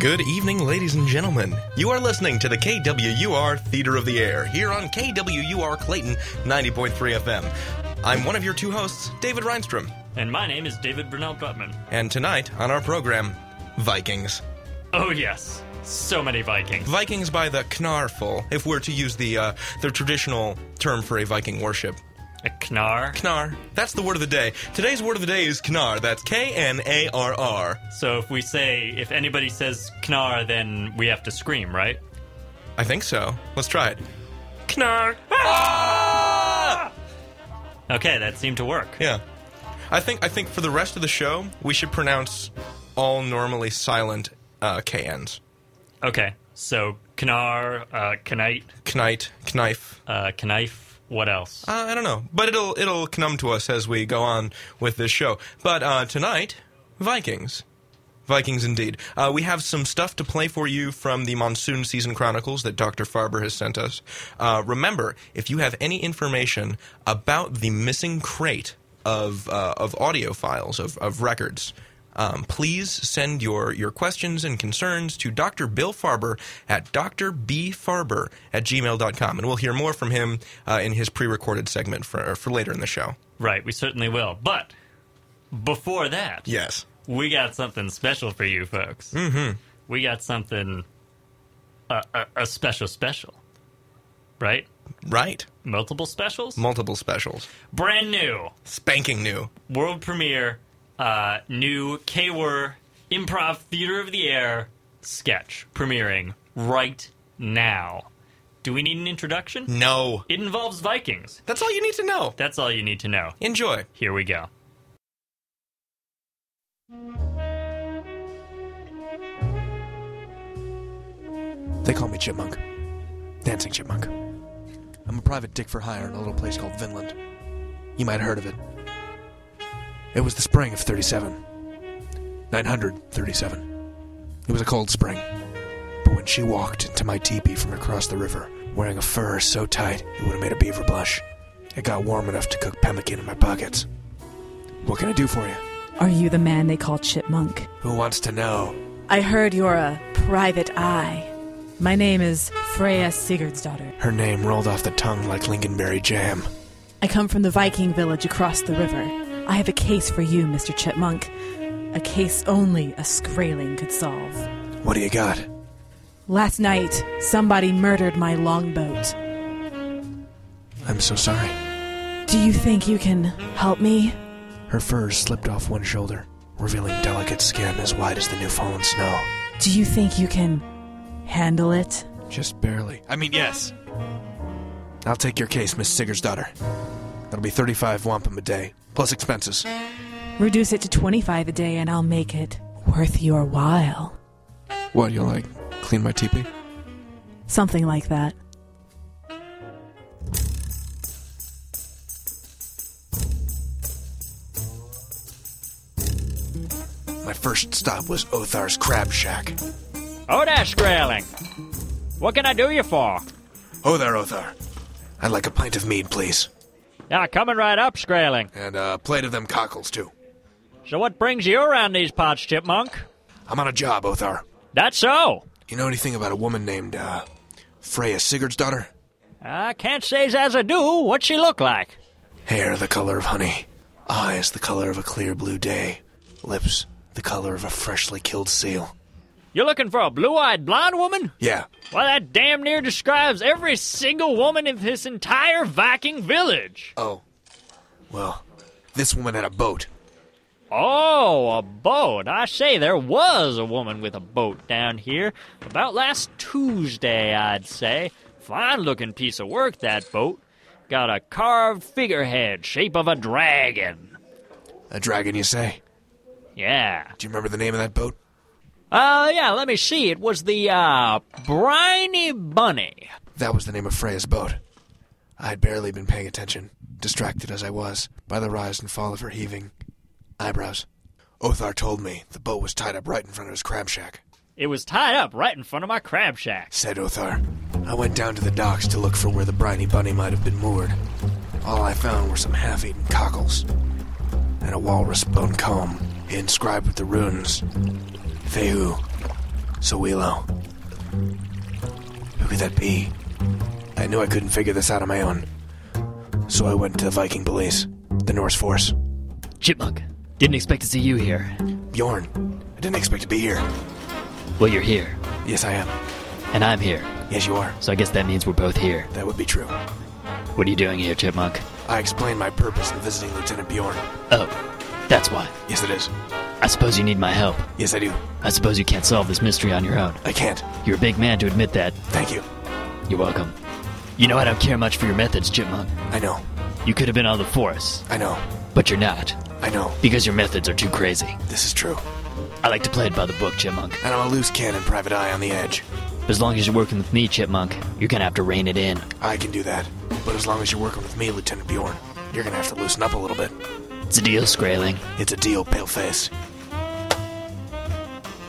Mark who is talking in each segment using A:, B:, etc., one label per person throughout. A: Good evening, ladies and gentlemen. You are listening to the KWUR Theater of the Air here on KWUR Clayton 90.3 FM. I'm one of your two hosts, David Reinstrom,
B: And my name is David Brunel Gutman.
A: and tonight on our program, Vikings.
B: Oh, yes. So many Vikings.
A: Vikings by the knarful, if we're to use the uh, the traditional term for a Viking worship.
B: A Knar.
A: Knar. That's the word of the day. Today's word of the day is knar. That's K N A R R.
B: So if we say, if anybody says Knar, then we have to scream, right?
A: I think so. Let's try it.
B: Knar. Okay, that seemed to work.
A: Yeah. I think I think for the rest of the show we should pronounce all normally silent uh, KNs.
B: Okay, so Knar, uh, Knight,
A: Knight, knife.
B: uh, Knife, what else?
A: Uh, I don't know, but it'll it'll come to us as we go on with this show. But uh, tonight, Vikings. Vikings indeed. Uh, we have some stuff to play for you from the Monsoon Season Chronicles that Dr. Farber has sent us. Uh, remember, if you have any information about the missing crate of, uh, of audio files, of, of records, um, please send your, your questions and concerns to Dr. Bill Farber at drbfarber at gmail.com. And we'll hear more from him uh, in his pre recorded segment for, for later in the show.
B: Right, we certainly will. But before that,
A: Yes.
B: we got something special for you folks. Mm-hmm. We got something, uh, a, a special special, right?
A: Right.
B: Multiple specials?
A: Multiple specials.
B: Brand new,
A: Spanking new.
B: world premiere, uh, new K-Word Improv Theater of the Air sketch premiering right now. Do we need an introduction?
A: No.
B: It involves Vikings.
A: That's all you need to know.
B: That's all you need to know.
A: Enjoy.
B: Here we go.
C: They call me Chipmunk. Dancing Chipmunk. I'm a private dick for hire in a little place called Vinland. You might have heard of it. It was the spring of 37. 937. It was a cold spring. But when she walked into my teepee from across the river, wearing a fur so tight it would have made a beaver blush, it got warm enough to cook pemmican in my pockets. What can I do for you?
D: Are you the man they call Chipmunk?
C: Who wants to know?
D: I heard you're a private eye. My name is Freya Sigurd's daughter.
C: Her name rolled off the tongue like lingonberry jam.
D: I come from the Viking village across the river. I have a case for you, Mr. Chipmunk. A case only a Skraling could solve.
C: What do you got?
D: Last night, somebody murdered my longboat.
C: I'm so sorry.
D: Do you think you can help me?
C: Her furs slipped off one shoulder, revealing delicate skin as white as the new fallen snow.
D: Do you think you can handle it?
C: Just barely. I mean, yes. I'll take your case, Miss Sigger's daughter. That'll be 35 wampum a day, plus expenses.
D: Reduce it to 25 a day and I'll make it worth your while.
C: What, you'll like clean my teepee?
D: Something like that.
C: My first stop was Othar's Crab Shack.
E: Oh there, Skraling. What can I do you for?
C: Oh there, Othar. I'd like a pint of mead, please.
B: Ah,
E: Yeah, coming right up, Skraling.
C: And
A: uh,
C: a plate of them cockles, too.
E: So what brings you around these parts, Chipmunk?
C: I'm on a job, Othar.
E: That's so.
C: You know anything about a woman named, uh, Freya Sigurd's daughter?
E: I can't say as I do what she look like.
C: Hair the color of honey, eyes the color of a clear blue day, lips the color of a freshly killed seal.
E: You're looking for a blue-eyed blonde woman?
C: Yeah,
E: Well, that damn near describes every single woman in this entire Viking village.
C: oh. Well, this woman had a boat.
E: Oh, a boat. I say there was a woman with a boat down here about last Tuesday, I'd say. Fine looking piece of work, that boat. Got a carved figurehead, shape of a dragon.
C: A dragon, you say?
E: Yeah.
C: Do you remember the name of that boat?
E: Uh, yeah, let me see. It was the, uh, Briny Bunny.
C: That was the name of Freya's boat. I had barely been paying attention, distracted as I was by the rise and fall of her heaving eyebrows. Othar told me the boat was tied up right in front of his crab shack.
E: It was tied up right in front of my crab shack.
C: said Othar. I went down to the docks to look for where the briny bunny might have been moored. All I found were some half eaten cockles and a walrus bone comb inscribed with the runes Theu, So, Willow, who could that be? I knew I couldn't figure this out on my own. So I went to the Viking police, the Norse force.
F: Chipmunk, didn't expect to see you here.
C: Bjorn, I didn't expect to be here.
F: Well, you're here,
C: Yes, I am.
F: and I'm here,
C: Yes, you are.
F: so I guess that means we're both here.
C: That would be true.
F: What are you doing here, Chipmunk?
C: I explained my purpose in visiting Lieutenant Bjorn.
F: Oh, that's why.
C: Yes, it is.
F: I suppose you need my help.
C: Yes, I do.
F: I suppose you can't solve this mystery on your own.
C: I can't.
F: You're a big man to admit that.
C: Thank you.
F: You're welcome. You know I don't care much for your methods, Chipmunk.
C: I know.
F: You could have been on the force,
C: I know.
F: but you're not,
C: I know.
F: because your methods are too crazy.
C: This is true.
F: I like to play it by the book, Chipmunk.
C: And I'm a loose cannon, private eye on the edge.
F: As long as you're working with me, Chipmunk, you're gonna have to rein it in.
C: I can do that. But as long as you're working with me, Lieutenant Bjorn, you're gonna have to loosen up a little bit.
F: It's a deal, Skraling.
C: It's a deal, Paleface.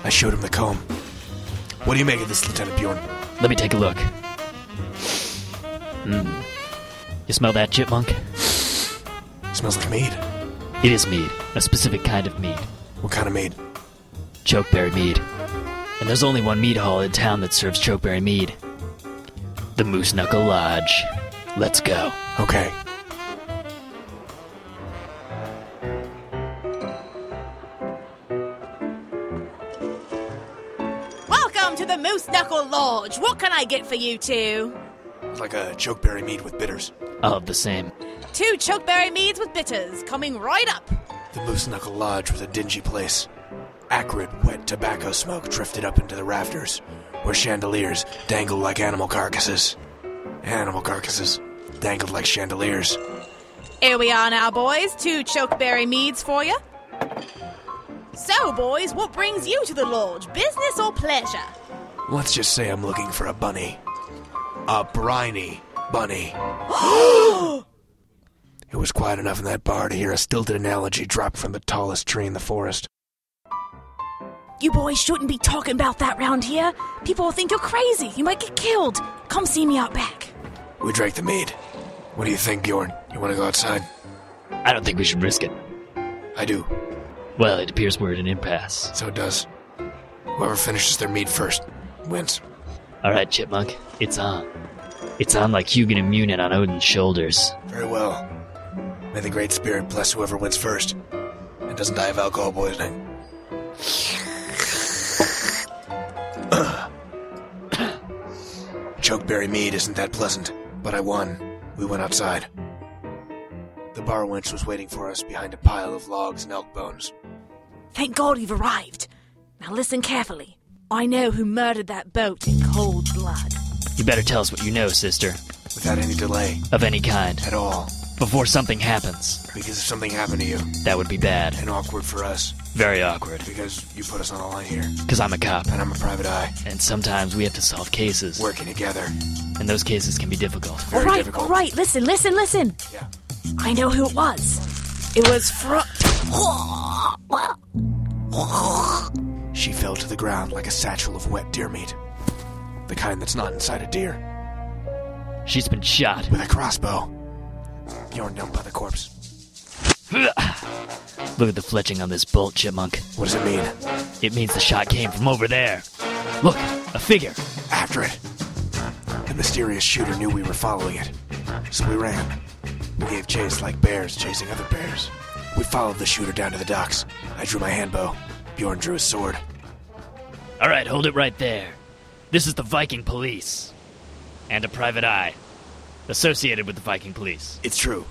C: I showed him the comb. What do you make of this, Lieutenant Bjorn?
F: Let me take a look. Hmm. Mm. You smell that, Chipmunk?
C: Smells like mead.
F: It is mead, a specific kind of mead.
C: What kind of mead?
F: Chokeberry mead. And there's only one mead hall in town that serves chokeberry mead. The Moose Knuckle Lodge. Let's go.
C: Okay.
G: Welcome to the Moose Knuckle Lodge. What can I get for you two?
C: Like a chokeberry mead with bitters.
F: All of the same.
G: Two chokeberry meads with bitters coming right up.
C: The Moose Knuckle Lodge was a dingy place. Acrid, wet tobacco smoke drifted up into the rafters, where chandeliers dangled like animal carcasses. Animal carcasses dangled like chandeliers.
G: Here we are now, boys. Two chokeberry meads for you. So, boys, what brings you to the lodge? Business or pleasure?
C: Let's just say I'm looking for a bunny. A briny bunny. it was quiet enough in that bar to hear a stilted analogy dropped from the tallest tree in the forest.
G: You boys shouldn't be talking about that round here. People will think you're crazy. You might get killed. Come see me out back.
C: We drank the mead. What do you think, Bjorn? You want to go outside?
F: I don't think we should risk it.
C: I do.
F: Well, it appears we're at an impasse.
C: So it does. Whoever finishes their mead first wins.
F: Alright, Chipmunk, it's on. It's on like Hugin and Munin on Odin's shoulders.
C: Very well. May the Great Spirit bless whoever wins first and doesn't die of alcohol poisoning. Chokeberry mead isn't that pleasant, but I won. We went outside. The bar wench was waiting for us behind a pile of logs and elk bones.
G: Thank God you've arrived. Now listen carefully. I know who murdered that boat in cold blood.
F: You better tell us what you know, sister,
C: Without any delay
F: of any kind,
C: at all,
F: before something happens.
C: because if something happened to you,
F: That would be bad.
C: and awkward for us,
F: Very awkward,
C: because you put us on the line here,
F: because I'm a cop,
C: and I'm a private eye,
F: and sometimes we have to solve cases,
C: working together.
F: and those cases can be difficult.
G: All
C: Very
G: right,
C: difficult.
G: all right. Listen, listen, listen.
C: Yeah.
G: I know who it was. It was Fro.
C: She fell to the ground like a satchel of wet deer meat. The kind that's not inside a deer.
F: She's been shot.
C: With a crossbow. You're down by the corpse.
F: Look at the fletching on this bolt, Chipmunk.
C: What does it mean?
F: It means the shot came from over there. Look, a figure.
C: After it. The mysterious shooter knew we were following it. So we ran. We gave chase like bears chasing other bears. We followed the shooter down to the docks. I drew my handbow. Bjorn drew his sword.
F: All right, hold it right there. This is the Viking police. And a private eye. Associated with the Viking police.
C: It's true.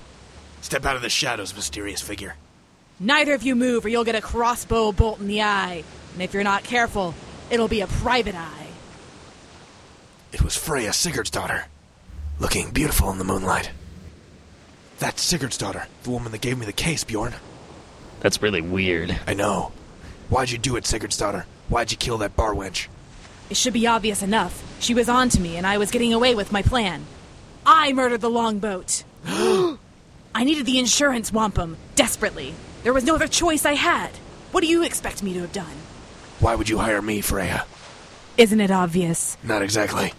C: Step out of the shadows, mysterious figure.
D: Neither of you move, or you'll get a crossbow bolt in the eye. And if you're not careful, it'll be a private eye.
C: It was Freya Sigurd's daughter, looking beautiful in the moonlight. That's Sigurd's daughter, the woman that gave me the case, Bjorn.
F: That's really weird.
C: I know. Why'd you do it, Sigurd's daughter? Why'd you kill that bar wench?
D: It should be obvious enough. She was on to me, and I was getting away with my plan. I murdered the longboat. I needed the insurance wampum, desperately. There was no other choice I had. What do you expect me to have done?
C: Why would you hire me, Freya?
D: Isn't it obvious?
C: Not exactly.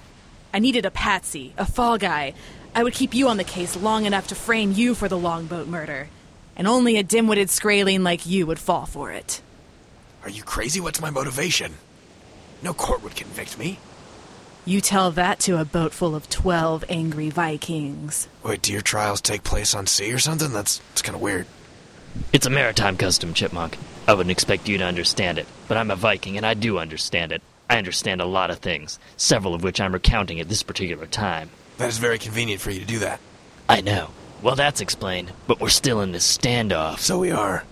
D: I needed a patsy, a fall guy. I would keep you on the case long enough to frame you for the longboat murder. And only a dim-witted scraling like you would fall for it.
C: Are you crazy? What's my motivation? No court would convict me.
D: You tell that to a boat full of 12 angry Vikings.
C: Wait, do your trials take place on sea or something? That's, that's kind of weird.
F: It's a maritime custom, Chipmunk. I wouldn't expect you to understand it, but I'm a Viking and I do understand it. I understand a lot of things, several of which I'm recounting at this particular time.
C: That is very convenient for you to do that.
F: I know. Well, that's explained, but we're still in this standoff.
C: So we are.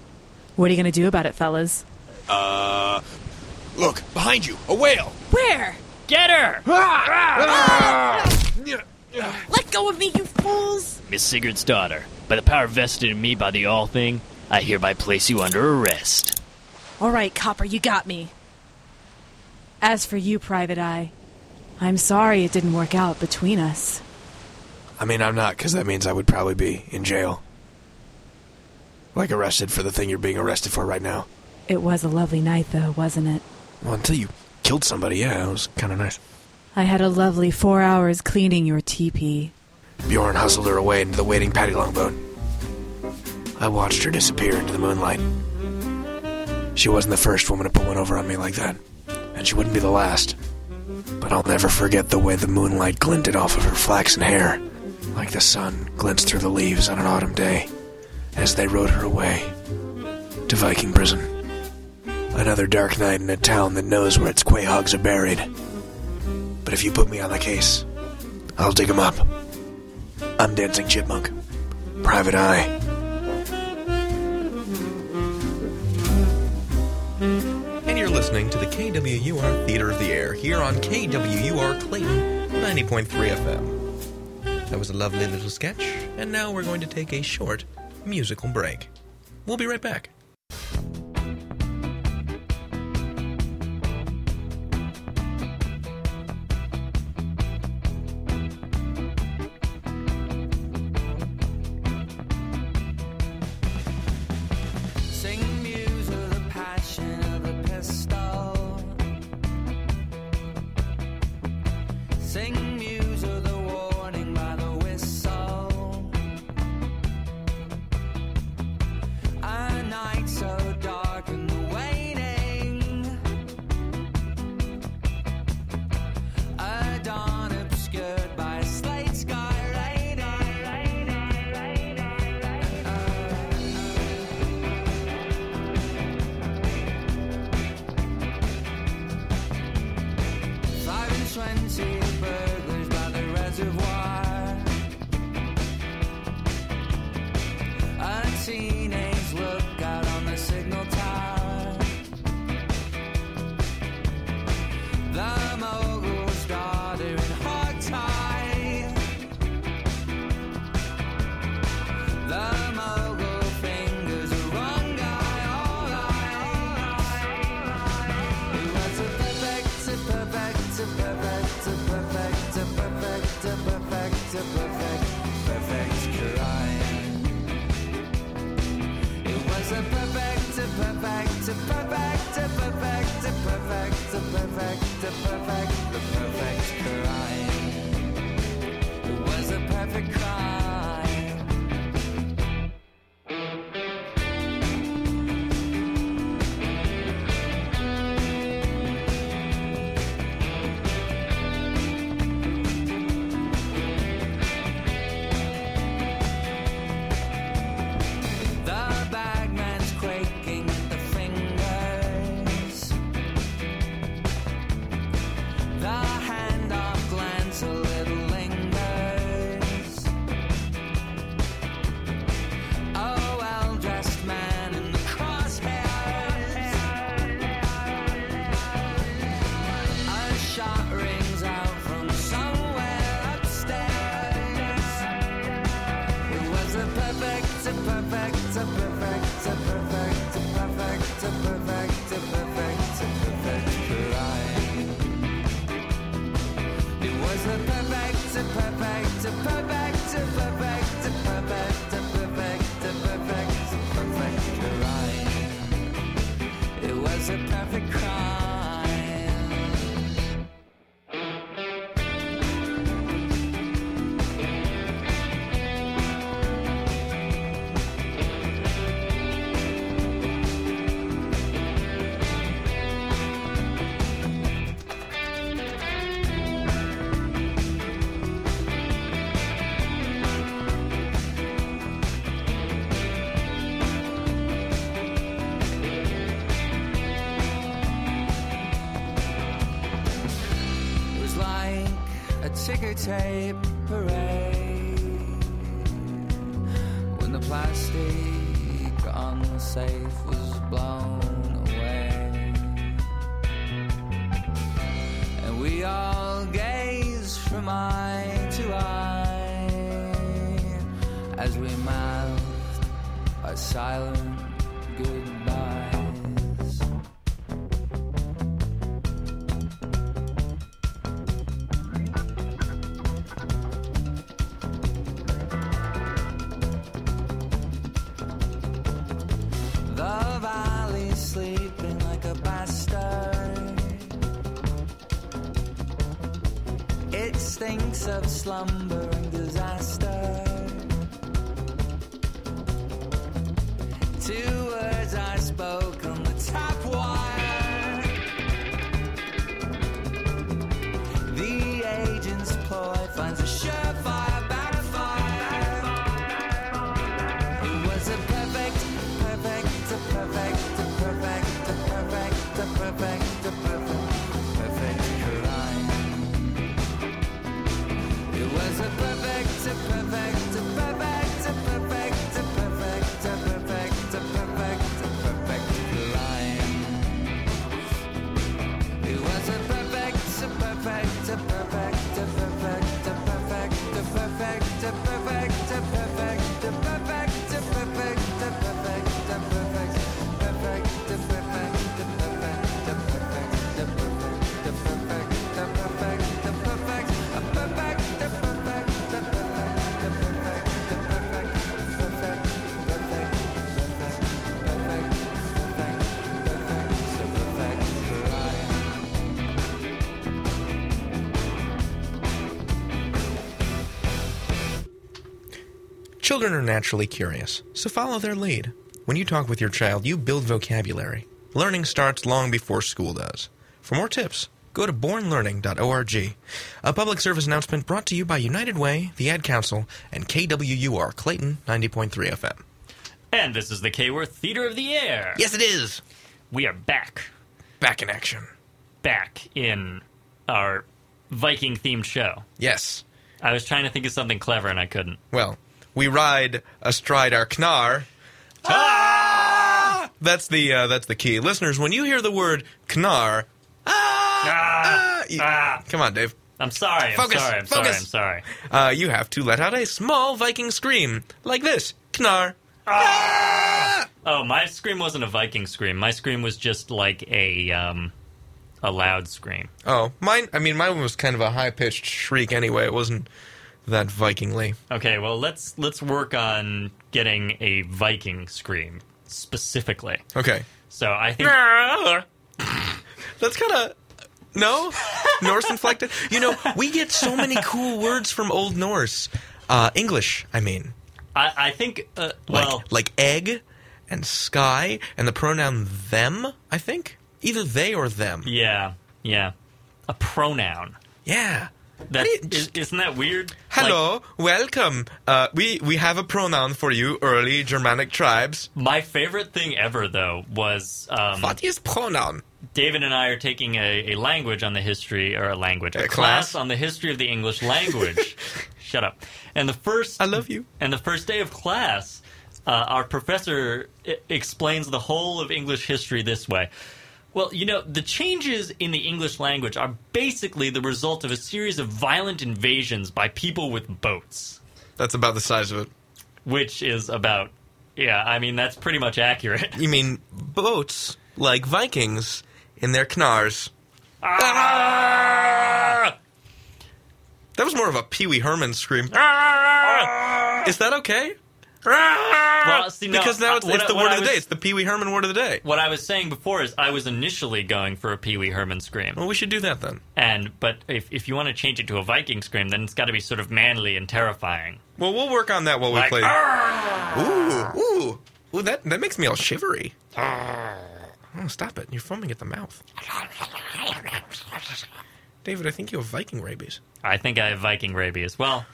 D: What are you going to do about it, fellas?
C: Uh, Look, behind you, a whale!
D: Where?
E: Get her!
C: Ah!
G: Let go of me, you fools!
F: Miss Sigurd's daughter, by the power vested in me by the All Thing, I hereby place you under arrest.
D: All right, Copper, you got me. As for you, Private Eye, I'm sorry it didn't work out between us.
C: I mean, I'm not, because that means I would probably be in jail. Like arrested for the thing you're being arrested for right now.
D: It was a lovely night, though, wasn't it?
C: Well, until you killed somebody, yeah, it was kind of nice.
D: I had a lovely four hours cleaning your teepee.
C: Bjorn hustled her away into the waiting Patty Longboat. I watched her disappear into the moonlight. She wasn't the first woman to put one over on me like that, and she wouldn't be the last. But I'll never forget the way the moonlight glinted off of her flaxen hair, like the sun glints through the leaves on an autumn day, as they rode her away to Viking prison. Another dark night in a town that knows where its quahogs are buried. But if you put me on the case, I'll dig 'em up. I'm Dancing Chipmunk. Private Eye.
A: And you're listening to the KWUR Theater of the Air here on KWUR Clayton 90.3 FM. That was a lovely little sketch, and now we're going to take a short musical break. We'll be right back.
H: Sing muse with the passion of a pistol. Sing muse with the warning by the whistle. A night so dark and the waning. A dawn obscured by a slate sky raining. Five and twenty burglars by the reservoir. A teenage lookout on the signal tower. The mogul's daughter in hog tie. The mogul fingers a wrong guy, all right. It was a perfect, a perfect, a perfect, a perfect. ticker tape parade when the plastic on the safe was blown away and we all gazed from eye to eye as we mouthed our silent goodbyes. The valley sleeping like a bastard. It stinks of slumber and disaster. Two words I spoke on the tap wire. The agent's ploy finds a surefire backfire. It was a perfect, perfect, a perfect, a perfect, a perfect, a perfect, a perfect, perfect crime. It was a perfect, a perfect, a perfect, a perfect, a perfect, a perfect, a perfect, a perfect crime. It was a perfect, a perfect, a perfect, a perfect, a perfect, a perfect, a perfect, a perfect, a perfect, a perfect, a perfect, a perfect, perfect, a perfect, a perfect, a perfect, a perfect, a perfect, a perfect, a perfect, a perfect, a perfect, a perfect, a perfect, a perfect, perfect, perfect, perfect, perfect, perfect, perfect, a perfect crime.
A: Children are naturally curious, so follow their lead. When you talk with your child, you build vocabulary. Learning starts long before school does. For more tips, go to bornlearning.org. A public service announcement brought to you by United Way, the Ad Council, and KWUR Clayton 90.3 FM.
B: And this is the Kworth Theater of the Air.
A: Yes, it is!
B: We are back,
A: Back in action.
B: back in our Viking themed show.
A: Yes.
B: I was trying to think of something clever and I couldn't.
A: Well, we ride astride our knar. Ah! That's the uh, that's the key, listeners. When you hear the word knar, ah, ah, you- come on, Dave.
B: I'm sorry. I'm
A: Focus,
B: sorry. I'm
A: focus.
B: sorry. I'm sorry.
A: Uh, you have to let out a small Viking scream like this, knar.
B: Oh, my scream wasn't a Viking scream. My scream was just like a um, a loud scream.
A: Oh, mine. I mean, mine was kind of a high pitched shriek anyway. It wasn't that Vikingly.
B: Okay, well let's let's work on getting a Viking scream specifically.
A: Okay,
B: So I think
A: that's kind of. No, Norse inflected. You know, we get so many cool words from Old Norse, uh, English. I mean,
B: I, I think uh,
A: like
B: well
A: like egg and sky and the pronoun them i think either they or them
B: yeah yeah a pronoun
A: yeah
B: that
A: How do you-
B: is, isn't that weird Like,
A: hello welcome uh, we we have a pronoun for you early germanic tribes
B: my favorite thing ever though was um,
A: what is pronoun
B: David and I are taking a, a language on the history, or a language, a,
A: A
B: class.
A: class?
B: on the history of the English language. Shut up. And the first,
A: I love you.
B: And the first day of class, uh, our professor I- explains the whole of English history this way. Well, you know, the changes in the English language are basically the result of a series of violent invasions by people with boats,
A: that's about the size of it
B: which is about, yeah, I mean, that's pretty much accurate.
A: you mean boats like vikings in their knars
B: Ah!
A: that was more of a pee-wee herman scream
B: Ah!
A: is that okay
B: Well, see, no,
A: because now it's,
B: I- what
A: it's
B: I-
A: the
B: what
A: word
B: I
A: of the
B: was-
A: day. It's the Pee Wee Herman word of the day.
B: what I was saying before is I was initially going for a Pee Wee Herman scream,
A: Well, we should do that then.
B: and but if if you want to change it to a Viking scream, then it's got to be sort of manly and terrifying.
A: Well, we'll work on that while we
B: Like,
A: play. Ooh, ooh, ooh! That that makes me all shivery. Oh, stop it! You're foaming at the mouth. David, I think you have Viking rabies.
B: I think I have Viking rabies. Well,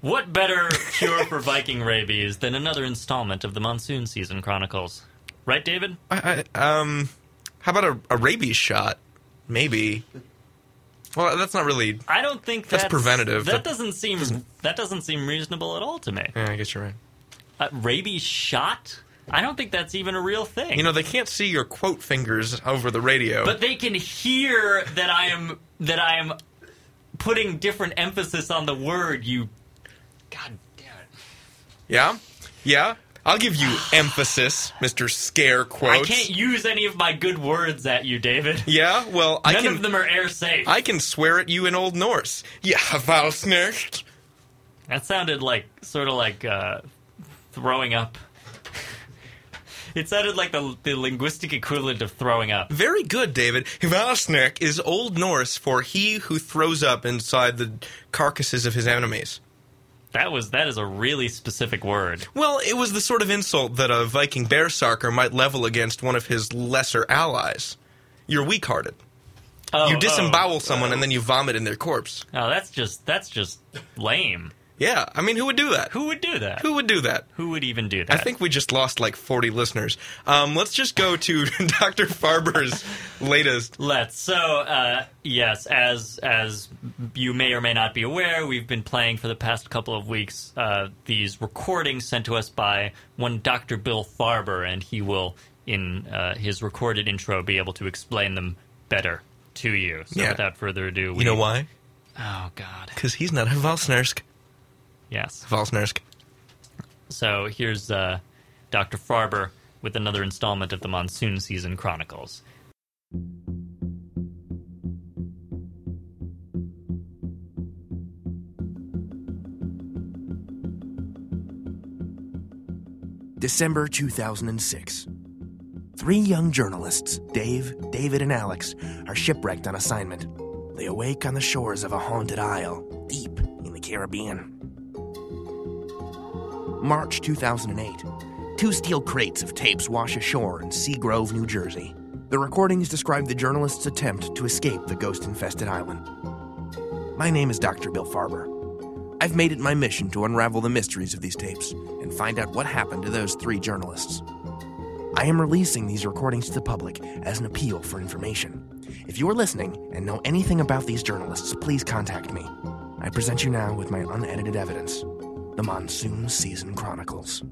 B: what better cure for Viking rabies than another installment of the Monsoon Season Chronicles? Right, David?
A: I, I, um, how about a, a rabies shot? Maybe. Well, that's not really.
B: I don't think
A: That's
B: that's,
A: preventative,
B: That
A: but-
B: doesn't seem that doesn't seem reasonable at all to me.
A: Yeah, I guess you're right.
B: Uh, rabies shot? I don't think that's even a real thing.
A: You know, they can't see your quote fingers over the radio.
B: but they can hear that I am that I am putting different emphasis on the word. You, God damn it!
A: yeah, yeah. I'll give you emphasis, Mister Scare
B: I
A: quotes.
B: can't use any of my good words at you, David.
A: yeah, well, I
B: None
A: can.
B: of them are air safe.
A: I can swear at you in Old Norse. Yeah, Valsnecht.
B: That sounded like sort of like uh, throwing up. it sounded like the the linguistic equivalent of throwing up.
A: Very good, David. Hvalsnek is Old Norse for he who throws up inside the carcasses of his enemies.
B: That was that is a really specific word.
A: Well, it was the sort of insult that a Viking bearsarker might level against one of his lesser allies. You're weak hearted.
B: Oh,
A: you disembowel
B: Oh,
A: someone and then you vomit in their corpse.
B: oh, that's just that's just lame.
A: Yeah, I mean, who would do that?
B: Who would do that?
A: Who would do that?
B: Who would even do that?
A: I think we just lost like 40 listeners. Um, let's just go to Dr. Farber's latest.
B: Let's. So, uh, yes, as as you may or may not be aware, we've been playing for the past couple of weeks uh, these recordings sent to us by one Dr. Bill Farber, and he will, in uh, his recorded intro, be able to explain them better to you. So,
A: Yeah.
B: without further ado, we,
A: You know why?
B: Oh God,
A: Because he's not a Valsnersk.
B: yes.
A: Valsnersk.
B: So here's uh, Dr. Farber with another installment of the Monsoon Season Chronicles.
C: December 2006. Three young journalists, Dave, David, and Alex, are shipwrecked on assignment. They awake on the shores of a haunted isle, deep in the Caribbean. March 2008. Two steel crates of tapes wash ashore in Seagrove, New Jersey. The recordings describe the journalists' attempt to escape the ghost infested island. My name is Dr. Bill Farber. I've made it my mission to unravel the mysteries of these tapes and find out what happened to those three journalists. I am releasing these recordings to the public as an appeal for information. If you are listening and know anything about these journalists, please contact me. I present you now with my unedited evidence The Monsoon Season Chronicles.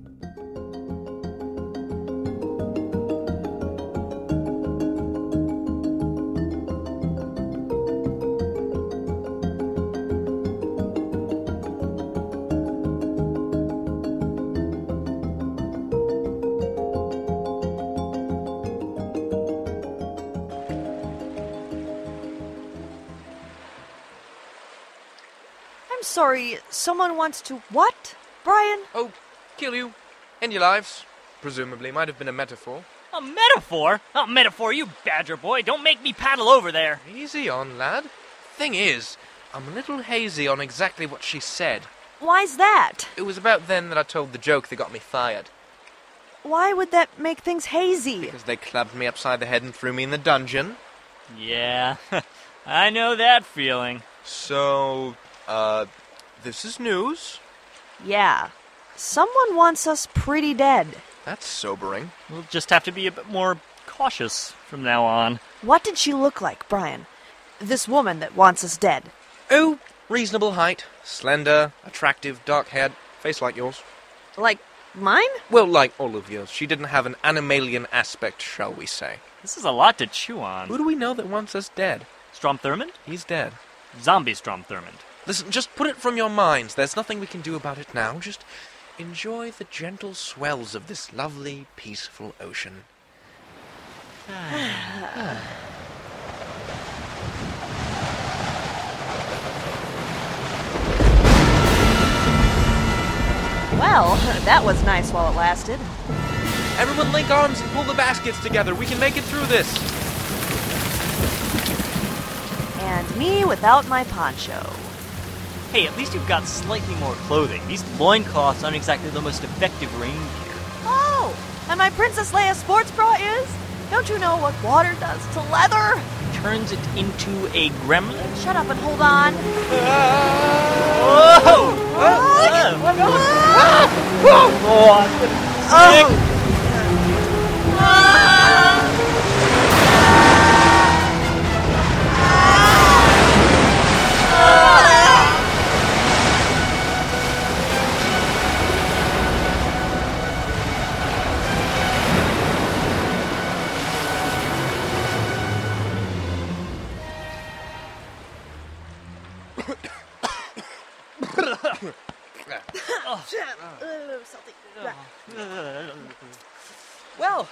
I: I'm sorry, someone wants to what? Brian?
J: Oh, kill you. End your lives. Presumably. Might have been a metaphor.
E: A metaphor? A metaphor, you badger boy. Don't make me paddle over there.
J: Easy on, lad. Thing is, I'm a little hazy on exactly what she said.
I: Why's that?
J: It was about then that I told the joke that got me fired.
I: Why would that make things hazy?
J: Because they clubbed me upside the head and threw me in the dungeon.
E: Yeah, I know that feeling.
J: So, uh, this is news.
I: Yeah. Someone wants us pretty dead.
J: That's sobering.
E: We'll just have to be a bit more cautious from now on.
I: What did she look like, Brian? This woman that wants us dead.
J: Oh, reasonable height. Slender, attractive, dark haired. Face like yours.
I: Like mine?
J: Well, like all of yours. She didn't have an animalian aspect, shall we say.
E: This is a lot to chew on.
J: Who do we know that wants us dead?
E: Strom Thurmond?
J: He's dead.
E: Zombie Strom Thurmond.
J: Listen, just put it from your minds. There's nothing we can do about it now. Just enjoy the gentle swells of this lovely, peaceful ocean.
I: Well, that was nice while it lasted.
J: Everyone link arms and pull the baskets together. We can make it through this.
I: And me without my poncho.
E: Hey, at least you've got slightly more clothing. These loincloths aren't exactly the most effective raingear.
I: Oh! And my Princess Leia sports bra is? Don't you know what water does to leather?
E: Turns it into a gremlin?
I: Shut up and hold on. Oh,
J: Oh.
E: Whoa!
I: Ugh, salty.
J: Well,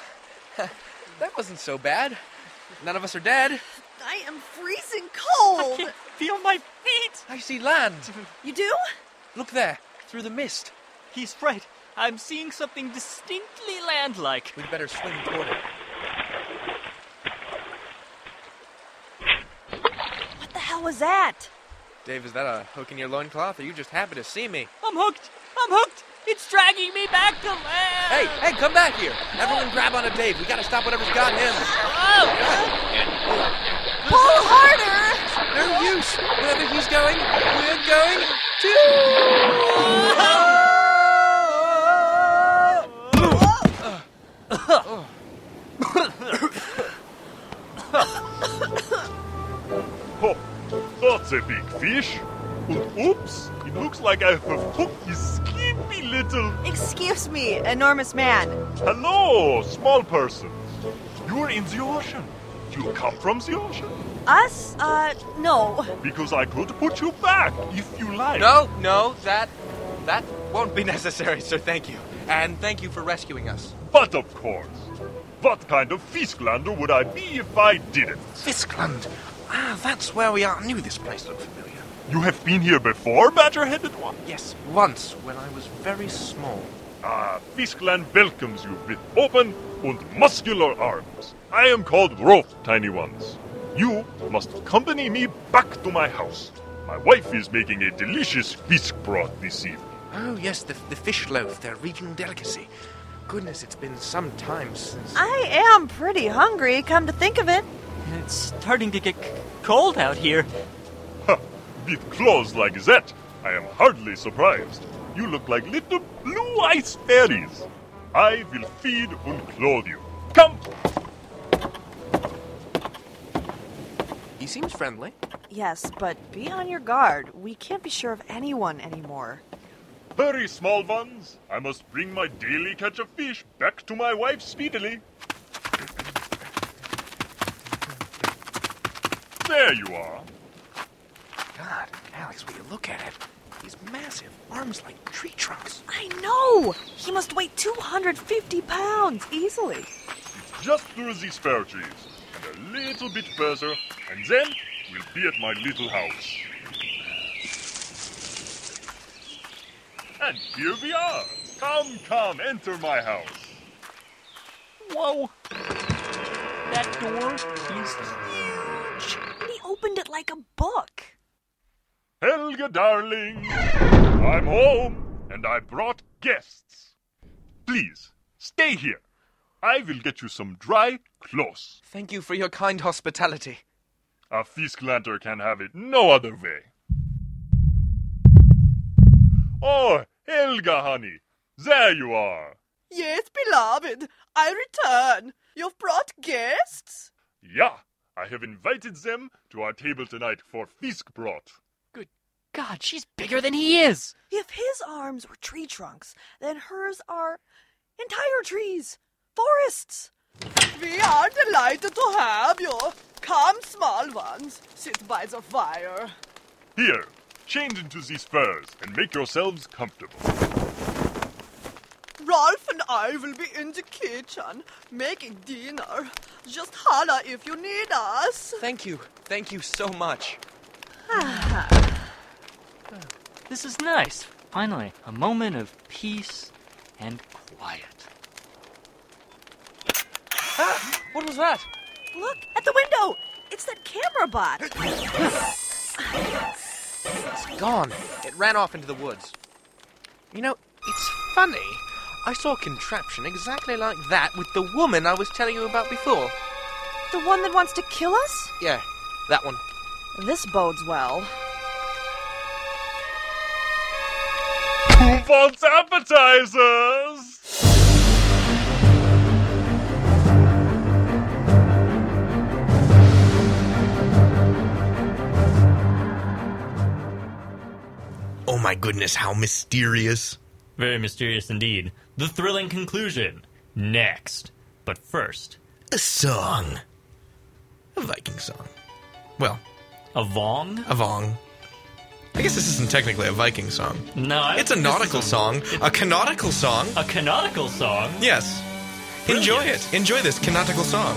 J: that wasn't so bad. None of us are dead.
I: I am freezing cold.
B: Feel my feet!
J: I see land.
I: You do?
J: Look there, through the mist.
B: He's right. I'm seeing something distinctly land like.
J: We'd better swim toward it.
I: What the hell was that?
J: Dave, is that a hook in your loincloth? Are you just happy to see me?
B: I'm hooked! I'm hooked! It's dragging me back to land!
J: Hey, hey, come back here! Everyone grab onto Dave. We gotta stop whatever's got him.
I: Pull harder!
J: Oh. No use. Wherever he's going, we're going to.
K: Oh, that's a big fish. And oops, it looks like I have hooked his skimpy little.
I: Excuse me, enormous man.
K: Hello, small person. You're in the ocean. You come from the ocean
I: Us? Uh, no.
K: because I could put you back if you like.
J: No, no, Oh, that, that won't be necessary. So thank you, and thank you for rescuing us.
K: But of course, what kind of fisklander would I be if I didn't?
J: Fiskland. Ah, that's where we are. I knew this place looked familiar.
K: You have been here before, badger-headed one.
J: Yes, once when I was very small.
K: Ah, Fiskland welcomes you with open and muscular arms. I am called Rolf, tiny ones. You must accompany me back to my house. My wife is making a delicious fisk broth this evening.
J: Oh yes, the, the fish loaf, their regional delicacy. Goodness, it's been some time since.
I: I am pretty hungry, come to think of it.
B: It's starting to get c- cold out here.
K: Ha! With claws like that, I am hardly surprised. You look like little blue eyed fairies. I will feed and clothe you. Come!
J: He seems friendly.
I: Yes, but be on your guard. We can't be sure of anyone anymore.
K: Very small ones. I must bring my daily catch of fish back to my wife speedily. There you are.
J: God, Alex, will you look at it? He's massive, arms like tree trunks.
I: I know! He must weigh 250 pounds easily.
K: It's just through these fir trees, and a little bit further, and then we'll be at my little house. And here we are. Come, come, enter my house.
B: Whoa! That door is.
I: He opened it like a book.
K: Helga, darling, I'm home, and I brought guests. Please, stay here. I will get you some dry clothes.
J: Thank you for your kind hospitality.
K: A Fisklander can have it no other way. Oh, Helga, honey, there you are.
I: Yes, beloved, I return. You've brought guests?
K: Yeah, I have invited them to our table tonight for Fisk broth.
E: Good God, she's bigger than he is.
I: If his arms were tree trunks, then hers are entire trees, forests. We are delighted to have you. Come, small ones, sit by the fire.
K: Here, change into these furs and make yourselves comfortable.
I: Rolf and I will be in the kitchen making dinner. Just holler if you need us.
J: Thank you, thank you so much.
B: This is nice. Finally, a moment of peace and quiet.
J: What was that?
I: Look at the window. It's that camera bot.
J: It's gone. It ran off into the woods. You know, it's funny. I saw a contraption exactly like that with the woman I was telling you about before.
I: The one that wants to kill us?
J: Yeah, that one.
I: This bodes well.
K: Who wants appetizers?
A: Oh my goodness, how mysterious.
B: Very mysterious indeed. The thrilling conclusion. Next. But first,
A: A song. A Viking song. Well,
B: a Vong?
A: a Vong. I guess this isn't technically a Viking song.
B: No, I
A: it's a nautical song. A canonical song.
B: A canonical song.
A: Yes. Enjoy it. Enjoy this canonical song.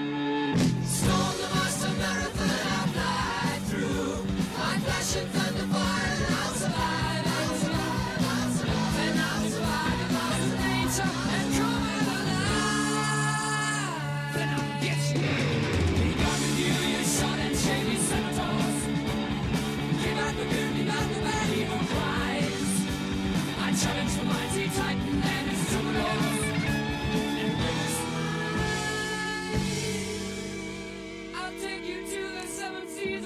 J: Storm the monster marathon I fly through. I flash and thunder fire and I'll survive. I'll survive. I'll survive. And I'll survive. I'll survive. nature and come alive. Then I'll get you. Be gone with you, you shot and shady centaurs. Give out the good, give out the bad, evil cries. I challenge the mighty titan and his superlords. And with his I'll take you to the seven seas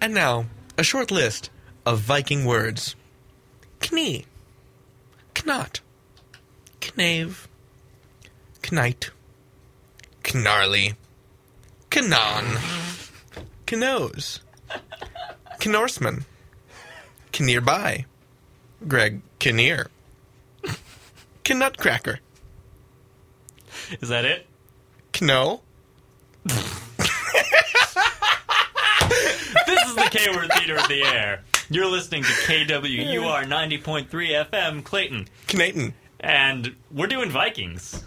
A: And now, a short list of Viking words. Knee. Knot. Knave. Knight. Gnarly. Knon. Knose. Knorseman. Knearby. Greg Kinnear. Knutcracker.
B: Is that it?
A: Kno.
B: this is the K Word Theater of the Air. You're listening to KWUR 90.3 FM Clayton.
A: Knayton.
B: And we're doing Vikings.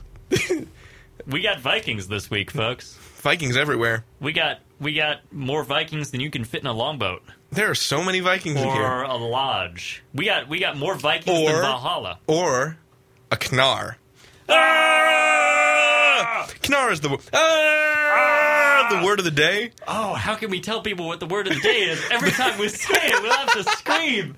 B: we got Vikings this week, folks.
A: Vikings everywhere.
B: We got we got more Vikings than you can fit in a longboat
A: There are so many Vikings in
B: or
A: here.
B: a lodge. We got we got more Vikings
A: Or-
B: than Valhalla.
A: Or a Knar. Knar is the wo- Ah! the word of the day.
B: Oh, how can we tell people what the word of the day is? Every time we say it, we'll have to scream.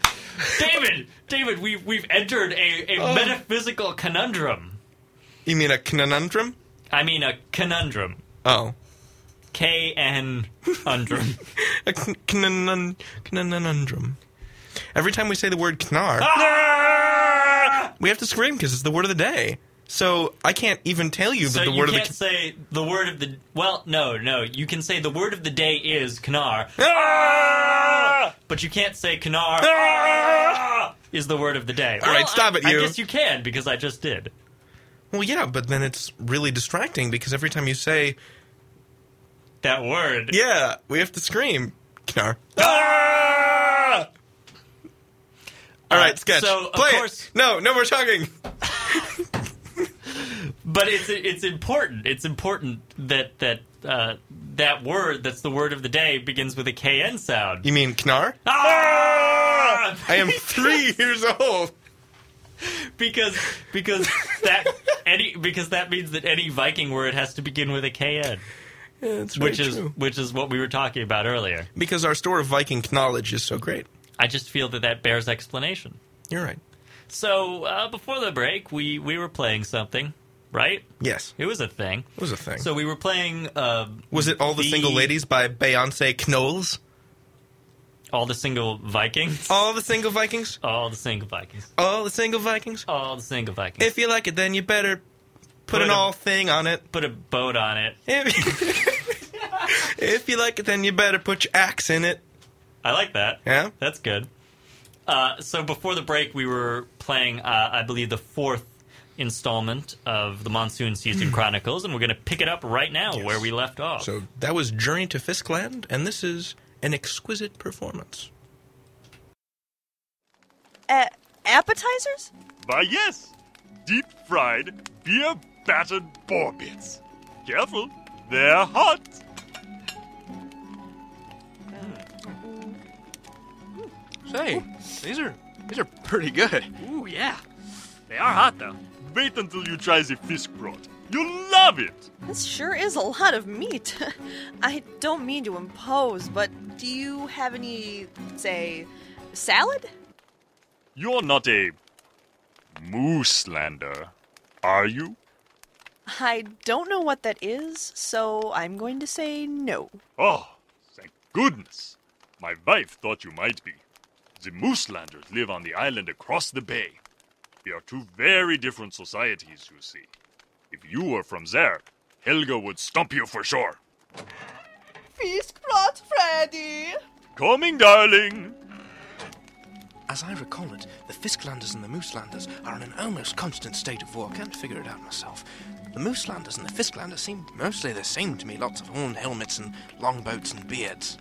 B: David, David, we, we've entered a, a metaphysical conundrum.
A: Oh. You mean a conundrum?
B: I mean, a conundrum.
A: Oh,
B: K N undrum.
A: a con- conun- conundrum. Every time we say the word Knar,
B: Ah!
A: we have to scream because it's the word of the day. So I can't even tell you that
B: so
A: the
B: you
A: word of
B: can't
A: the
B: say the word of the. Well, no, no. You can say the word of the day is Knar,
A: Ah!
B: but you can't say Knar is the word of the day.
A: All right,
B: Well,
A: stop
B: I-
A: it, you.
B: I guess you can because I just did.
A: Well, yeah, but then it's really distracting because every time you say
B: That word.
A: yeah, we have to scream Knar. All right, sketch.
B: Uh, so, of
A: Play it.
B: course-
A: No, no more talking.
B: But it's it's important. It's important that that uh, that word that's the word of the day begins with a kn sound.
A: You mean Knar?
B: Ah!
A: I am three years old.
B: because because that any because that means that any Viking word has to begin with a kn, which is which is what we were talking about earlier.
A: because our store of Viking knowledge is so great.
B: I just feel that that bears explanation.
A: You're right.
B: So uh, before the break, we we were playing something right?
A: Yes.
B: It was a thing. It
A: was a thing.
B: So we were playing. Uh,
A: Was it All the Single Ladies by Beyonce Knowles?
B: All the Single Vikings?
A: All the Single Vikings?
B: All the Single Vikings.
A: All the Single Vikings?
B: All the Single Vikings.
A: If you like it, then you better put, an
B: a-
A: all thing on it.
B: Put a boat on it.
A: If, if you like it, then you better put your axe in it.
B: I like that.
A: Yeah?
B: That's good. Uh, so before the break, we were playing, uh, I believe, the fourth installment of the Monsoon Season Chronicles, and we're going to pick it up right now where we left off.
A: So that was Journey to Fiskland, and this is an exquisite performance.
I: A- appetizers?
K: Why, yes! Deep fried, beer battered boar bits. Careful, they're hot!
J: Say, these are these are pretty good.
E: Ooh, yeah. They are hot, though.
K: Wait until you try the fish broth. You'll love it!
I: This sure is a lot of meat. I don't mean to impose, but do you have any, say, salad?
K: You're not a mooselander, are you?
I: I don't know what that is, so I'm going to say no.
K: Oh, thank goodness. My wife thought you might be. The Mooselanders live on the island across the bay. We are two very different societies, you see. If you were from there, Helga would stomp you for sure.
I: Feast plot, Freddy!
K: Coming, darling!
J: As I recall it, the Fisklanders and the Mooselanders are in an almost constant state of war. Can't figure it out myself. The Mooselanders and the Fisklanders seem mostly the same to me. Lots of horned helmets and longboats and beards.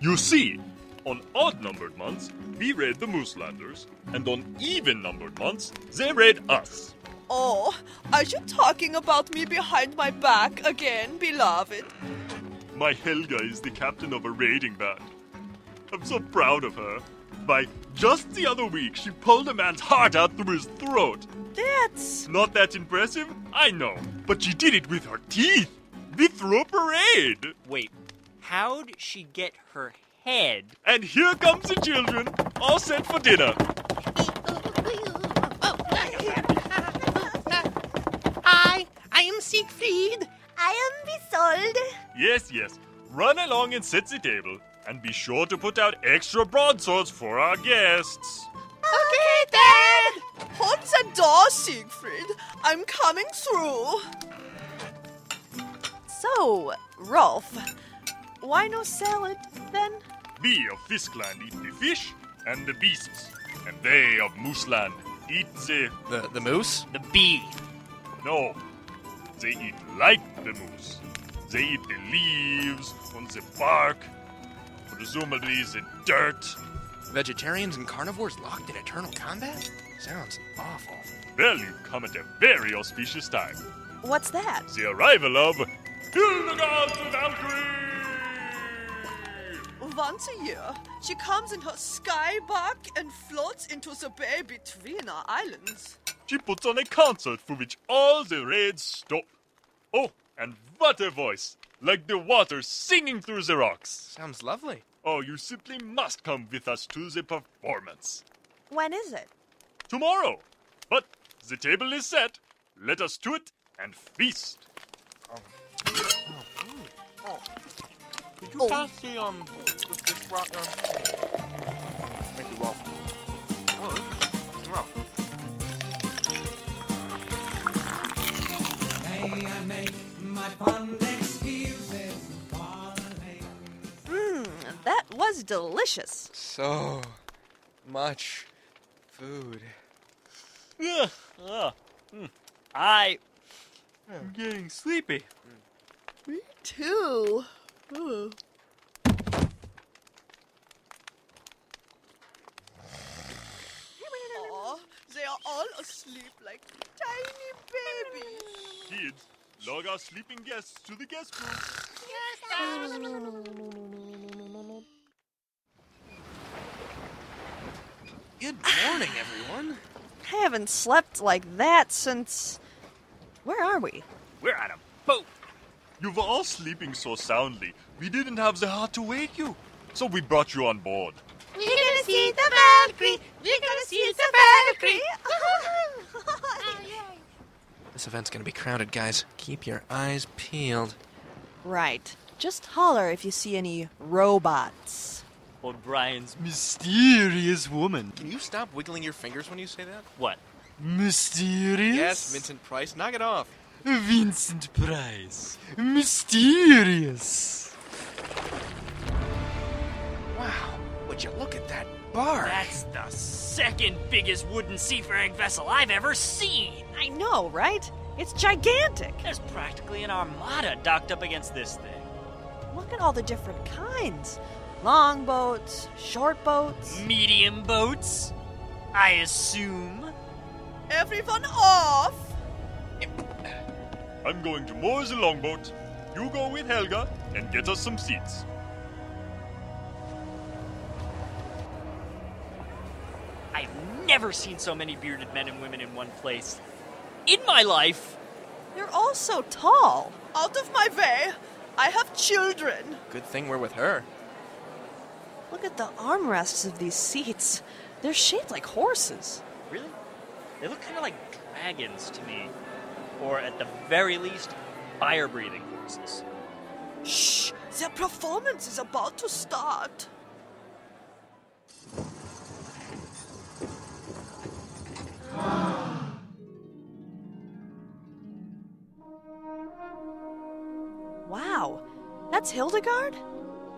K: You see, on odd numbered months, we raid the Mooselanders, and on even numbered months, they raid us.
I: Oh, are you talking about me behind my back again, beloved?
K: My Helga is the captain of a raiding band. I'm so proud of her. By just the other week, she pulled a man's heart out through his throat.
I: That's.
K: Not that impressive, I know, but she did it with her teeth. We threw a parade.
E: Wait, how'd she get her head?
K: And here comes the children, all set for dinner.
L: Hi, I am Siegfried. I am Isolde.
K: Yes, yes, run along and set the table. And be sure to put out extra broadswords for our guests.
I: Okay, Dad! Hold the door, Siegfried. I'm coming through. So, Rolf, why no salad then?
K: We of Fiskland eat the fish and the beasts, and they of Mooseland eat the.
J: The, the moose?
E: The bee.
K: No, they eat like the moose. They eat the leaves on the bark, presumably the dirt.
J: Vegetarians and carnivores locked in eternal combat? Sounds awful.
K: Well, you come at a very auspicious time.
I: What's that?
K: The arrival of Hildegard the Valkyrie!
I: Once a year, she comes in her skybark and floats into the bay between our islands.
K: She puts on a concert for which all the raids stop. Oh, and what a voice! Like the water singing through the rocks.
J: Sounds lovely.
K: Oh, you simply must come with us to the performance.
I: When is it?
K: Tomorrow! But the table is set. Let us to it and feast.
J: Could
K: you
J: pass the, um, this rock, Thank you, Rolf.
H: May I make my fond excuses?
I: Mmm, that was delicious.
J: So much food.
E: Ugh, ugh. Mm. I.
J: I'm getting sleepy.
B: Hmm.
I: Me too. Aw, they are all asleep like tiny babies.
K: Kids, log our sleeping guests to the guest room.
J: Good morning, everyone.
I: I haven't slept like that since. Where are we?
K: We're on a boat. You were all sleeping so soundly, we didn't have the heart to wake you. So we brought you on board.
L: We're gonna see the Valkyrie. We're gonna see the Valkyrie.
A: This event's gonna be crowded, guys. Keep your eyes peeled.
I: Right. Just holler if you see any robots.
M: Or Brian's
A: mysterious woman. Can you stop wiggling your fingers when you say that?
M: What?
A: Mysterious? Yes, Vincent Price, knock it off.
J: Vincent Price. Mysterious.
A: Wow, would you look at that bar?
B: That's the second biggest wooden seafaring vessel I've ever seen.
I: I know, right? It's gigantic.
B: There's practically an armada docked up against this thing.
I: Look at all the different kinds long boats, short boats.
B: Medium boats, I assume.
N: Everyone off!
K: I'm going to Moore's longboat. You go with Helga and get us some seats.
B: I've never seen so many bearded men and women in one place. In my life!
I: They're all so tall.
N: Out of my way! I have children!
A: Good thing we're with her.
I: Look at the armrests of these seats. They're shaped like horses.
B: Really? They look kind of like dragons to me. Or at the very least, fire breathing horses.
N: Shh! Their performance is about to start!
I: Wow. That's Hildegard?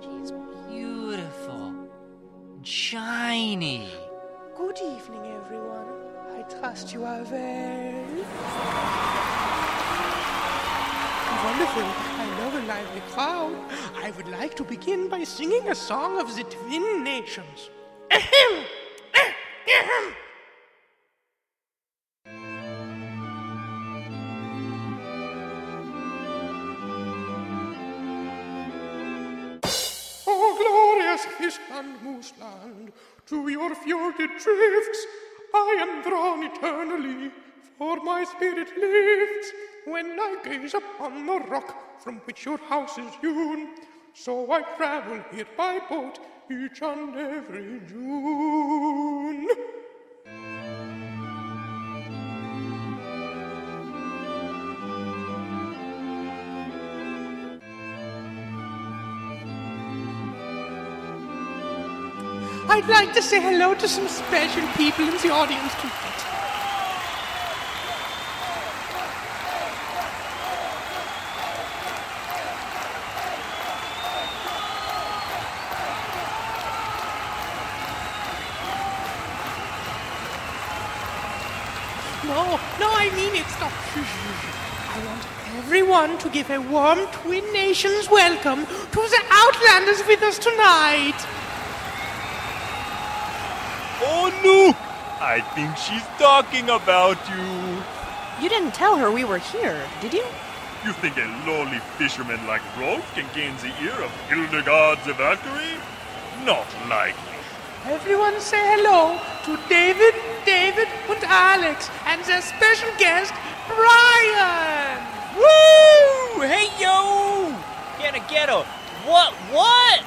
H: She's beautiful. Shiny.
O: Good evening, everyone. I trust you are very
L: Wonderful. I love a lively crowd. I would like to begin by singing a song of the Twin Nations. Ahem! Ah, Ahem! Oh, glorious Fishland, Mooseland, to your fjorded drifts, I am drawn eternally, for my spirit lifts. When I gaze upon the rock from which your house is hewn, so I travel here by boat each and every June.
O: I'd like to say hello to some special people in the audience tonight. No, no, I mean it. Stop. I want everyone to give a warm Twin Nations welcome to the Outlanders with us tonight.
K: Oh no! I think she's talking about you.
I: You didn't tell her we were here, did you?
K: You think a lowly fisherman like Rolf can gain the ear of Hildegard the Valkyrie? Not likely.
O: Everyone say hello to David, David, and Alex, and their special guest, Brian!
B: Woo! Hey yo! Gonna get a what what?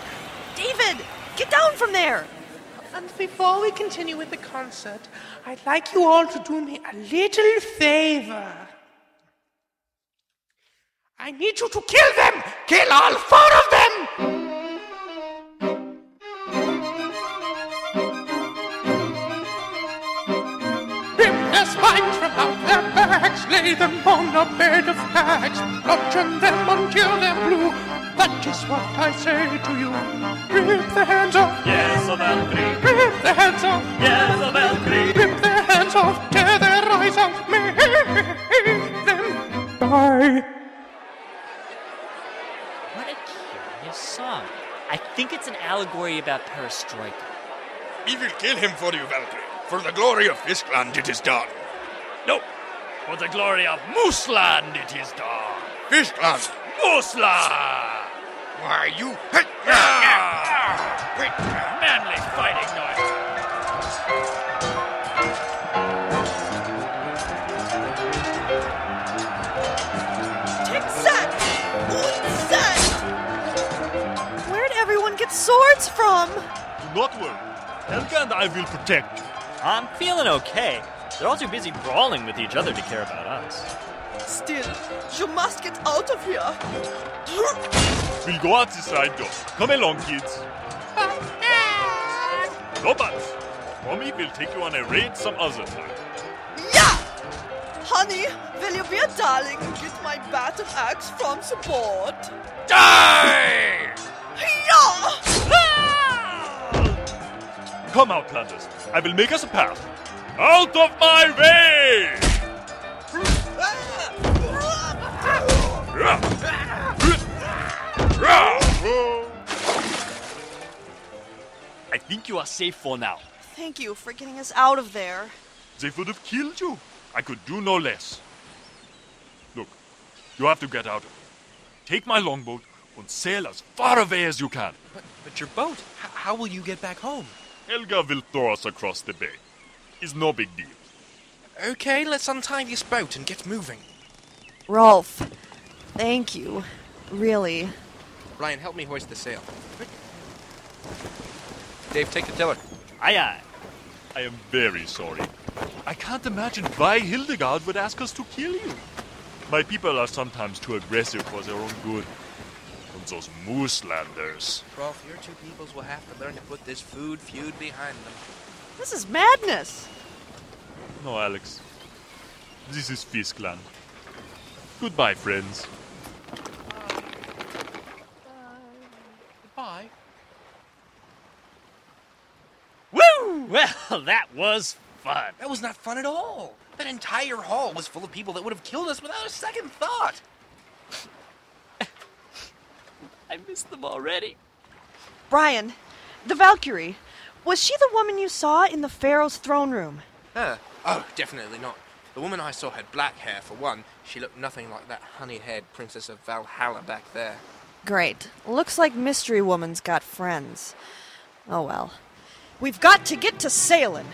I: David, get down from there!
O: And before we continue with the concert, I'd like you all to do me a little favor. I need you to kill them! Kill all four of them!
L: Rip their spines from out their backs, lay them on a bed of rags, bludgeon them until they're blue. That is what I say to you. Rip their hands off.
M: Yes, a Valkyrie.
L: Rip their hands off.
M: Yes, a Valkyrie.
L: Rip their hands off. Tear their eyes off. Make them die.
B: What a curious song. I think it's an allegory about perestroika.
A: We will kill him for you, Valkyrie. For the glory of Fiskland it is done.
B: No, for the glory of Mooseland it is done.
A: Fiskland!
B: Mooseland!
A: Why, you...
B: Manly fighting noise.
I: Where'd everyone get swords from?
K: Do not worry. Helga and I will protect you.
M: I'm feeling okay. They're all too busy brawling with each other to care about us.
P: Still, you must get out of here.
K: We'll go out the side door. Come along, kids. No buts. Mommy will take you on a raid some other time.
P: Honey, will you be a darling and get my battle axe from the board?
K: Die!
P: Yeah!
K: Come out, Landis. I will make us a path. Out of my way!
F: I think you are safe for now.
I: Thank you for getting us out of there.
K: They would have killed you. I could do no less. Look, you have to get out of here. Take my longboat and sail as far away as you can.
A: But your boat, h- how will you get back home?
K: Helga will throw us across the bay. It's no big deal.
A: Okay, let's untie this boat and get moving.
I: Rolf, thank you. Really.
A: Ryan, help me hoist the sail. Dave, take the tiller.
K: Aye, aye. I am very sorry. I can't imagine why Hildegard would ask us to kill you. My people are sometimes too aggressive for their own good. And those Mooselanders.
A: Rolf, your two peoples will have to learn to put this food feud behind them.
I: This is madness.
K: No, Alex. This is Fiskland. Goodbye, friends.
A: Goodbye.
L: Woo! Well, that was fun.
A: That was not fun at all. That entire hall was full of people that would have killed us without a second thought.
F: I miss them already.
I: Brian, the Valkyrie, was she the woman you saw in the Pharaoh's throne room?
A: Huh. Oh, definitely not. The woman I saw had black hair, for one. She looked nothing like that honey haired princess of Valhalla back there.
I: Great. Looks like Mystery Woman's got friends. Oh well. We've got to get to sailing.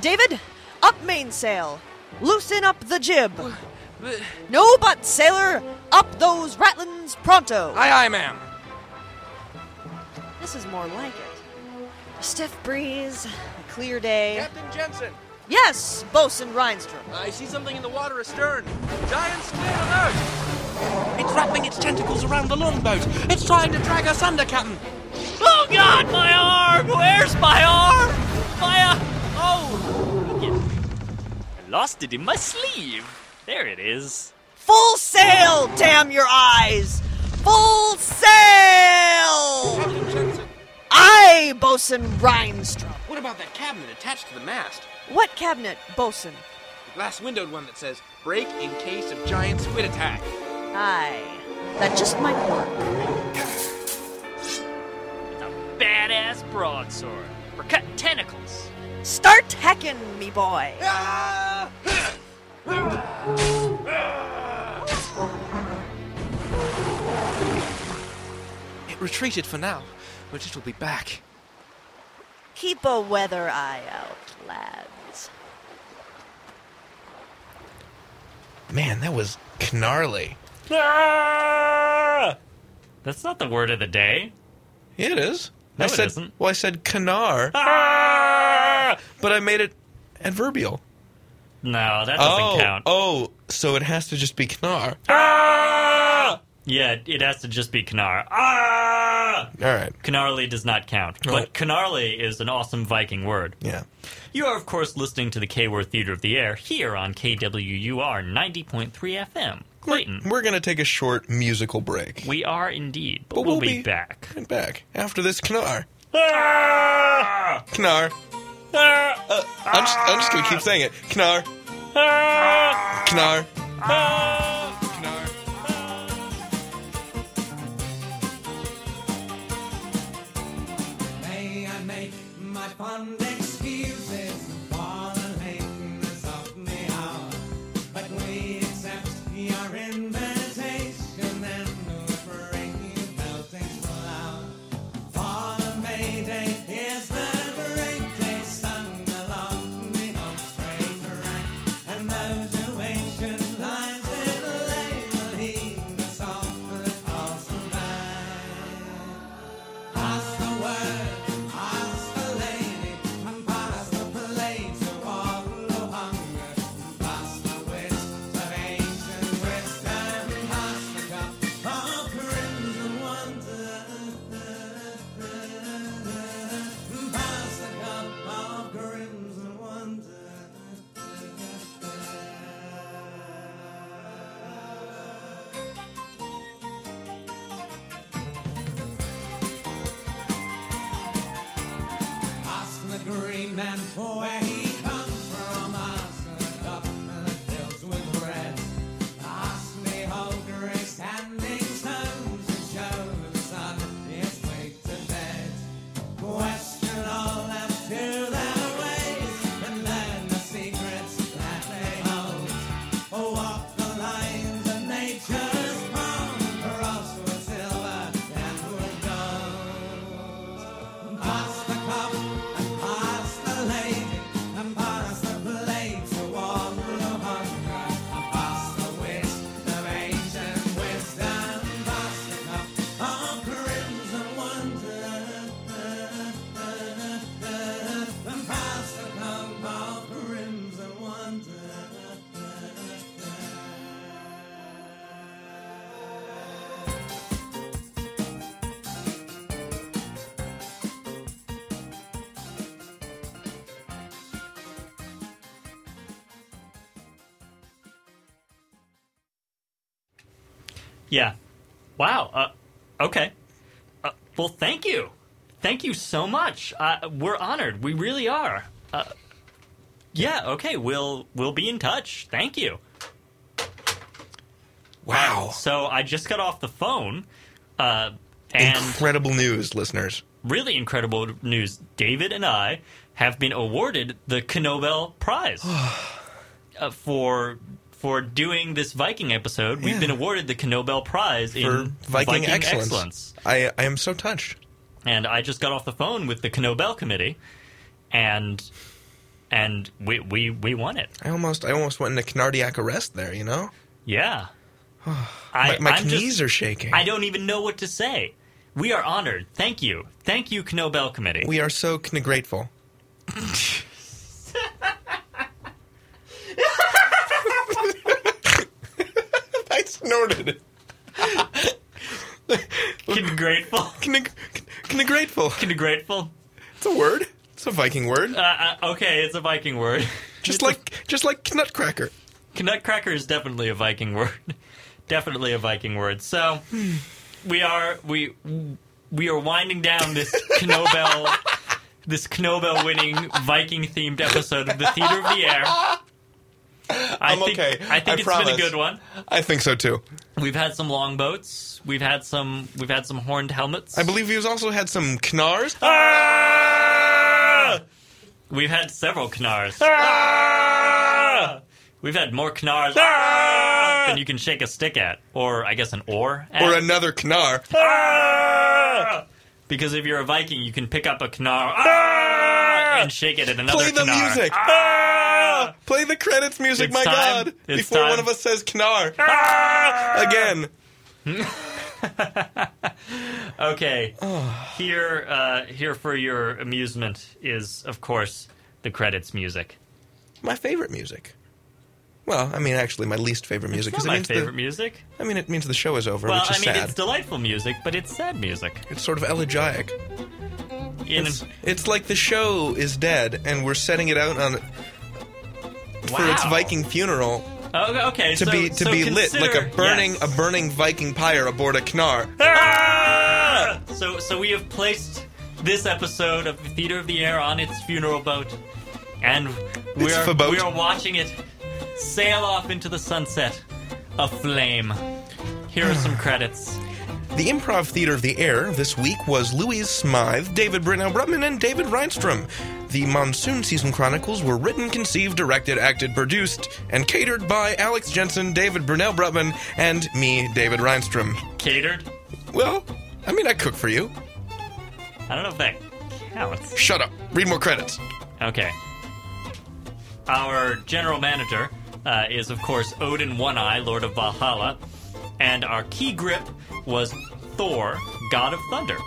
I: David, up mainsail. Loosen up the jib. No but, sailor. Up those ratlins pronto.
A: Aye, aye, ma'am.
I: This is more like it. A stiff breeze, a clear day.
A: Jensen!
I: Yes, Bosun Rhinstrom.
A: I see something in the water astern. Giant squid alert! It's wrapping its tentacles around the longboat. It's trying to drag us under, Captain.
F: Oh God, my arm! Where's my arm? My uh, oh, I lost it in my sleeve. There it is.
I: Full sail, damn your eyes! Full sail! Aye, Bosun Rhinstrom.
A: What about that cabinet attached to the mast?
I: What cabinet, Bosun?
A: The glass windowed one that says, break in case of giant squid attack.
I: Aye. That just might work.
F: Badass broadsword. We're cutting tentacles.
I: Start hacking, me boy.
A: It retreated for now, but it'll be back.
I: Keep a weather eye out, lads.
C: Man, that was gnarly.
B: That's not the word of the
C: Ah!
B: day.
C: It is.
B: No,
C: I
B: it
C: said,
B: isn't. Ah!
C: Well, I said canar, but I made it adverbial.
B: No, that doesn't
C: oh,
B: count.
C: Oh, so it has to just be canar.
B: Yeah, it has to just be Canar. Ah!
C: All right.
B: Canarly does not count, but Canarly is an awesome Viking word.
C: Yeah.
B: You are, of course, listening to the K-Word Theater of the Air here on KWUR 90.3 FM. Clayton.
C: We're going to take a short musical break.
B: We are indeed, but,
C: But
B: we'll,
C: we'll
B: be,
C: be-
B: back.
C: And back after this canar.
B: Ah!
C: Knar. Uh, I'm just, I'm just gonna keep saying it. Knar. Knar.
J: May I make my fond excuses for the lateness of the hour? But we accept your invitation and we'll bring you melting flour. For the May Day is the great day sung along the old straight track, and motivation lies in Oh,
B: Yeah. Wow. Uh, okay. Uh, well, thank you. Thank you so much. Uh, we're honored. We really are. Uh, yeah. Okay. We'll we'll be in touch. Thank you. Wow. So I just got off the phone. Uh, and
A: Incredible news, listeners.
B: really incredible news. David and I have been awarded the Knobel Prize uh, for for doing this Viking episode. We've been awarded the Knobel Prize
A: For
B: in
A: Viking, excellence. I, I am so touched.
B: And I just got off the phone with the Knobel Committee, and and we we we won it.
A: I almost I almost went into cardiac arrest there, you know?
B: Yeah.
A: my my
B: I'm
A: knees
B: just-
A: are shaking.
B: I don't even know what to say. We are honored. Thank you. Thank you, Knobel Committee.
A: we are so kn- grateful. I snorted.
B: Can grateful.
A: Can grateful.
B: Can grateful.
A: It's a word. It's a Viking word.
B: Uh, uh, okay, it's a Viking word.
A: Just like just like nutcracker.
B: Nutcracker is definitely a Viking word. definitely a Viking word. So we are we we are winding down this Knobel this Knobel winning Viking themed episode of the Theater of the Air. I
A: I'm
B: think,
A: okay.
B: I think
A: I
B: it's
A: promise.
B: been a good one.
A: I think so too.
B: We've had some longboats. We've had some. We've had some horned helmets.
A: I believe he's also had some knars.
B: We've had several knars.
A: Ah!
B: We've had more knars than you can shake a stick at, or I guess an oar, at. Ah!
A: Or another knar.
B: Because if you're a Viking, you can pick up a knar and shake it at another
A: Ah! Play the
B: knar. Ah!
A: music. Play the credits music,
B: It's
A: my
B: time.
A: god.
B: It's
A: Before
B: time. Ah!
A: one of us says knar. Again.
B: Okay.
A: Ah.
B: here, uh, here for your amusement is, of course, the credits music.
A: My favorite music. Well, I mean actually my least favorite music
B: It's
A: because
B: not
A: it
B: my
A: means
B: favorite
A: the,
B: music.
A: I mean it means the show is over,
B: Well,
A: which is
B: I mean,
A: sad.
B: it's delightful music, but it's sad music.
A: It's sort of elegiac.
B: In-
A: it's, it's like the show is dead and we're setting it out on for its
B: Wow.
A: Viking funeral
B: Oh, okay,
A: to
B: so-
A: be to
B: so
A: be lit like
B: consider-
A: a burning
B: yes.
A: a burning Viking pyre aboard a knar.
B: So, so we have placed this episode of the Theater of the Air on its funeral boat, and we
A: It's
B: are
A: for boat.
B: we are watching it sail off into the sunset, aflame. Here are some credits.
A: The Improv Theater of the Air this week was Louise Smythe, David Brunel Brutman, and David Reinstrom. The Monsoon Season Chronicles were written, conceived, directed, acted, produced, and catered by Alex Jensen, David Brunel Brutman, and me, David Reinstrom.
B: Catered?
A: Well, I mean, I cook for you.
B: I don't know if that counts.
A: Shut up. Read more credits.
B: Okay. Our general manager uh, is, of course, Odin One Eye, Lord of Valhalla, and our key grip was Thor, God of Thunder.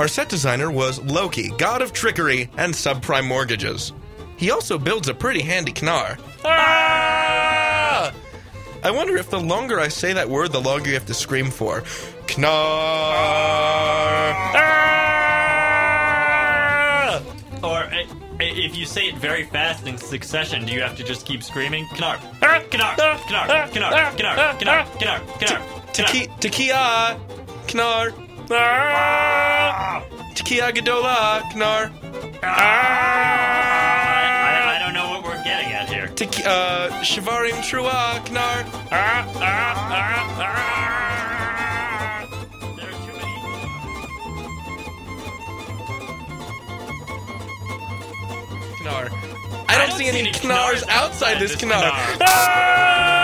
A: Our set designer was Loki, god of trickery and subprime mortgages. He also builds a pretty handy knar. I wonder if the longer I say that word, the longer you have to scream for. Knar!
B: Or uh, if you say it very fast in succession, do you have to just keep screaming? Knarf! Knarf! Knarf! Knarf! Knarf! Knarf! Knarf! Knarf!
A: Taki- Takia! Knar! Takia Gadola! Knar!
B: I, I don't know what we're getting at here.
A: Taki- uh, Shivarim Trua! Knar! Knar. I don't see any knars outside this knar.